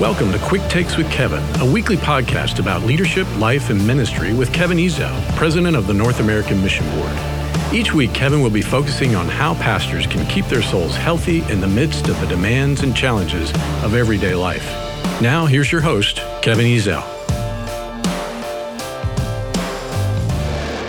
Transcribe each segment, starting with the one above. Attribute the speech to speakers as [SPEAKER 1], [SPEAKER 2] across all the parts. [SPEAKER 1] Welcome to Quick Takes with Kevin, a weekly podcast about leadership, life, and ministry with Kevin Ezo, president of the North American Mission Board. Each week, Kevin will be focusing on how pastors can keep their souls healthy in the midst of the demands and challenges of everyday life. Now, here's your host, Kevin Ezel.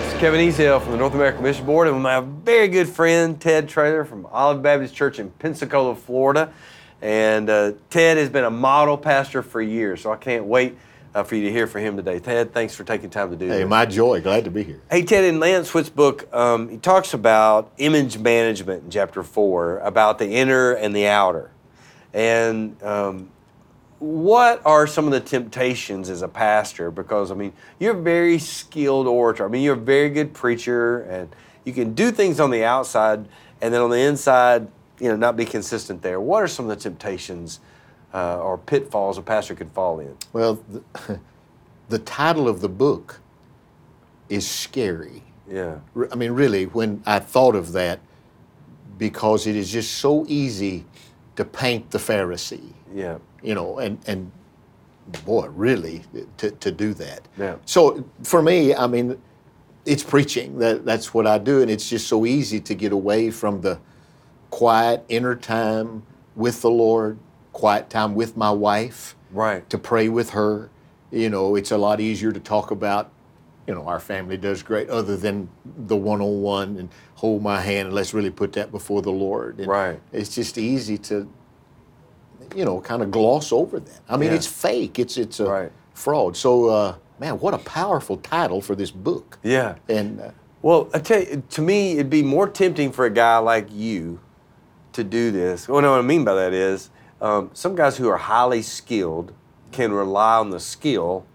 [SPEAKER 2] It's Kevin Ezel from the North American Mission Board and my very good friend Ted Trainer from Olive Baptist Church in Pensacola, Florida. And uh, Ted has been a model pastor for years, so I can't wait uh, for you to hear from him today. Ted, thanks for taking time to do
[SPEAKER 3] Hey,
[SPEAKER 2] this.
[SPEAKER 3] my joy. Glad to be here.
[SPEAKER 2] Hey, Ted, in Lance Whit's book, um, he talks about image management in chapter four, about the inner and the outer. And um, what are some of the temptations as a pastor? Because, I mean, you're a very skilled orator. I mean, you're a very good preacher, and you can do things on the outside, and then on the inside, you know, not be consistent there. What are some of the temptations uh, or pitfalls a pastor could fall in?
[SPEAKER 3] Well, the, the title of the book is scary.
[SPEAKER 2] Yeah.
[SPEAKER 3] Re- I mean, really, when I thought of that, because it is just so easy to paint the Pharisee,
[SPEAKER 2] Yeah.
[SPEAKER 3] you know, and, and boy, really, to, to do that.
[SPEAKER 2] Yeah.
[SPEAKER 3] So for me, I mean, it's preaching. That, that's what I do. And it's just so easy to get away from the quiet inner time with the Lord, quiet time with my wife.
[SPEAKER 2] Right.
[SPEAKER 3] to pray with her. You know, it's a lot easier to talk about, you know, our family does great other than the one on one and hold my hand and let's really put that before the Lord. And
[SPEAKER 2] Right.
[SPEAKER 3] It's just easy to, you know, kind of gloss over that. I mean,
[SPEAKER 2] Yeah.
[SPEAKER 3] it's fake, it's, it's a
[SPEAKER 2] Right.
[SPEAKER 3] fraud. So, uh, man, what a powerful title for this book.
[SPEAKER 2] Yeah.
[SPEAKER 3] And uh,
[SPEAKER 2] Well, I tell you, to me, it'd be more tempting for a guy like you to do this. Well, no, what I mean by that is um, some guys who are highly skilled can rely on the skill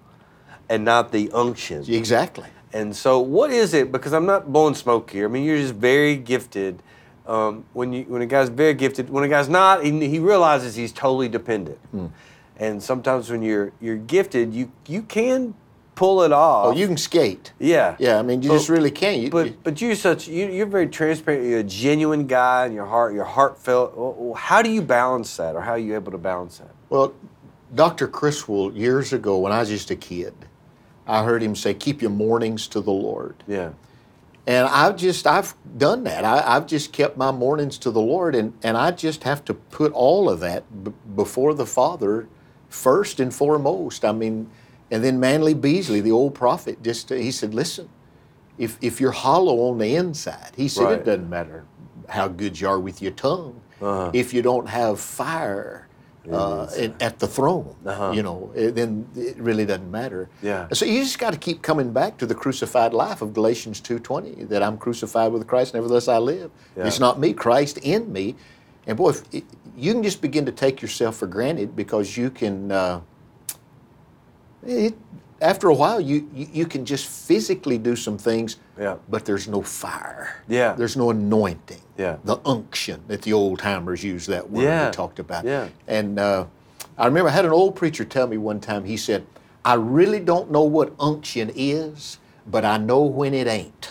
[SPEAKER 2] and not the unction.
[SPEAKER 3] exactly.
[SPEAKER 2] And so, what is it? Because I'm not blowing smoke here. I mean, you're just very gifted. Um, when you when a guy's very gifted, when a guy's not, he, he realizes he's totally dependent.
[SPEAKER 3] Hmm.
[SPEAKER 2] And sometimes when you're you're gifted, you you can pull it off.
[SPEAKER 3] Oh, you can skate.
[SPEAKER 2] yeah
[SPEAKER 3] Yeah, I mean, you
[SPEAKER 2] But-
[SPEAKER 3] just really can. You,
[SPEAKER 2] but but you're such you, you're very transparent. You're a genuine guy, and your heart you're heartfelt. Well, well, How do you balance that, or how are you able to balance that?
[SPEAKER 3] Well, Dr. Criswell, years ago when I was just a kid, I heard him say, Keep your mornings to the Lord.
[SPEAKER 2] Yeah,
[SPEAKER 3] And I've just, I've done that. I, I've just kept my mornings to the Lord. And, and I just have to put all of that b- before the Father first and foremost. I mean, and then Manly Beasley, the old prophet, just, he said, Listen, if, if you're hollow on the inside, he said,
[SPEAKER 2] Right.
[SPEAKER 3] It doesn't matter how good you are with your tongue
[SPEAKER 2] Uh-huh.
[SPEAKER 3] if you don't have fire uh, in- at the throne, you know, eh, then it really doesn't matter.
[SPEAKER 2] Uh-huh. Yeah.
[SPEAKER 3] So you just got to keep coming back to the crucified life of Galatians 2:20, that I'm crucified with Christ, nevertheless I live.
[SPEAKER 2] Yeah.
[SPEAKER 3] It's not me, Christ in me. And boy, if it, you can just begin to take yourself for granted because you can. Uh, it, after a while, you, you you can just physically do some things,
[SPEAKER 2] Yeah.
[SPEAKER 3] but there's no fire.
[SPEAKER 2] Yeah.
[SPEAKER 3] There's no anointing.
[SPEAKER 2] Yeah.
[SPEAKER 3] The unction that the old timers use that word
[SPEAKER 2] Yeah.
[SPEAKER 3] we talked about.
[SPEAKER 2] Yeah.
[SPEAKER 3] And uh, I remember I had an old preacher tell me one time, he said, I really don't know what unction is, but I know when it ain't.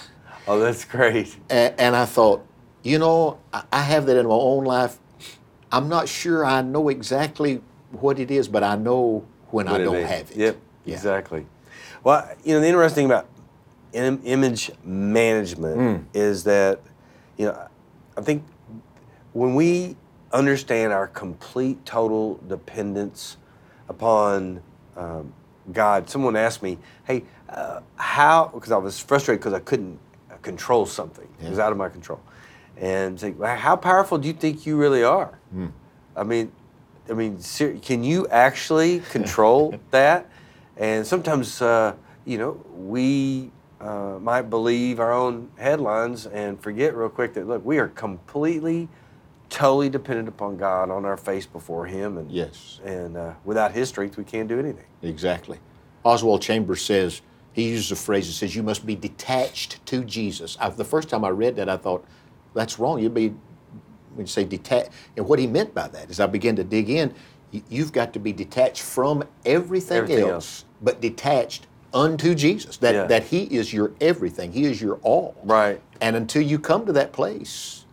[SPEAKER 2] oh, that's great.
[SPEAKER 3] And, and I thought, you know, I, I have that in my own life. I'm not sure I know exactly what it is, but I know when, I
[SPEAKER 2] What it
[SPEAKER 3] don't
[SPEAKER 2] means.
[SPEAKER 3] have it.
[SPEAKER 2] Yep,
[SPEAKER 3] Yeah.
[SPEAKER 2] exactly. Well, you know the interesting thing about im- image management
[SPEAKER 3] Hmm.
[SPEAKER 2] is that you know I think when we understand our complete total dependence upon um, God, someone asked me, "Hey, uh, how?" Because I was frustrated because I couldn't control something; it was out of my control. And say, well, "How powerful do you think you really are?"
[SPEAKER 3] Hmm.
[SPEAKER 2] I mean, I mean, ser- can you actually control that? And sometimes, uh, you know, we uh, might believe our own headlines and forget real quick that look, we are completely, totally dependent upon God on our face before Him, and
[SPEAKER 3] Yes.
[SPEAKER 2] and uh, without His strength, we can't do anything.
[SPEAKER 3] Exactly. Oswald Chambers says, he uses a phrase that says, you must be detached to Jesus. I, the first time I read that, I thought, that's wrong. You'd be, when you say detached, and what he meant by that is I began to dig in. y- You've got to be detached from everything,
[SPEAKER 2] Everything
[SPEAKER 3] else,
[SPEAKER 2] else.
[SPEAKER 3] but detached unto Jesus. That,
[SPEAKER 2] Yeah.
[SPEAKER 3] that he is your everything, he is your all.
[SPEAKER 2] Right.
[SPEAKER 3] And until you come to that place,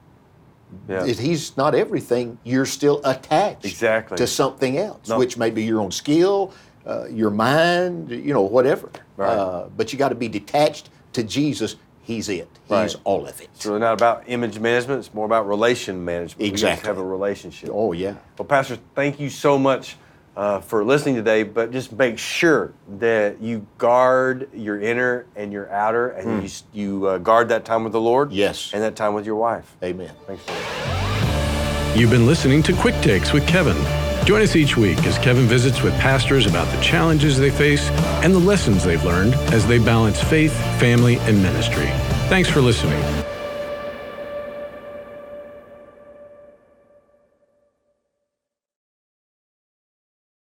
[SPEAKER 2] Yeah.
[SPEAKER 3] If he's not everything, you're still attached
[SPEAKER 2] Exactly.
[SPEAKER 3] to something else,
[SPEAKER 2] No.
[SPEAKER 3] which may be your own skill, uh, your mind, you know, whatever.
[SPEAKER 2] Right.
[SPEAKER 3] Uh, but you got to be detached to Jesus. He's it. He's
[SPEAKER 2] Right.
[SPEAKER 3] all of it.
[SPEAKER 2] It's really not about image management. It's more about relation management. We just
[SPEAKER 3] Exactly.
[SPEAKER 2] have a relationship.
[SPEAKER 3] Oh yeah.
[SPEAKER 2] Well, Pastor, thank you so much uh, for listening today. But just make sure that you guard your inner and your outer, and you s- you you uh, guard that time with the Lord.
[SPEAKER 3] Yes.
[SPEAKER 2] And that time with your wife.
[SPEAKER 3] Amen.
[SPEAKER 2] Thanks. For that.
[SPEAKER 1] You've been listening to Quick Takes with Kevin. Join us each week as Kevin visits with pastors about the challenges they face and the lessons they've learned as they balance faith, family, and ministry. Thanks for listening.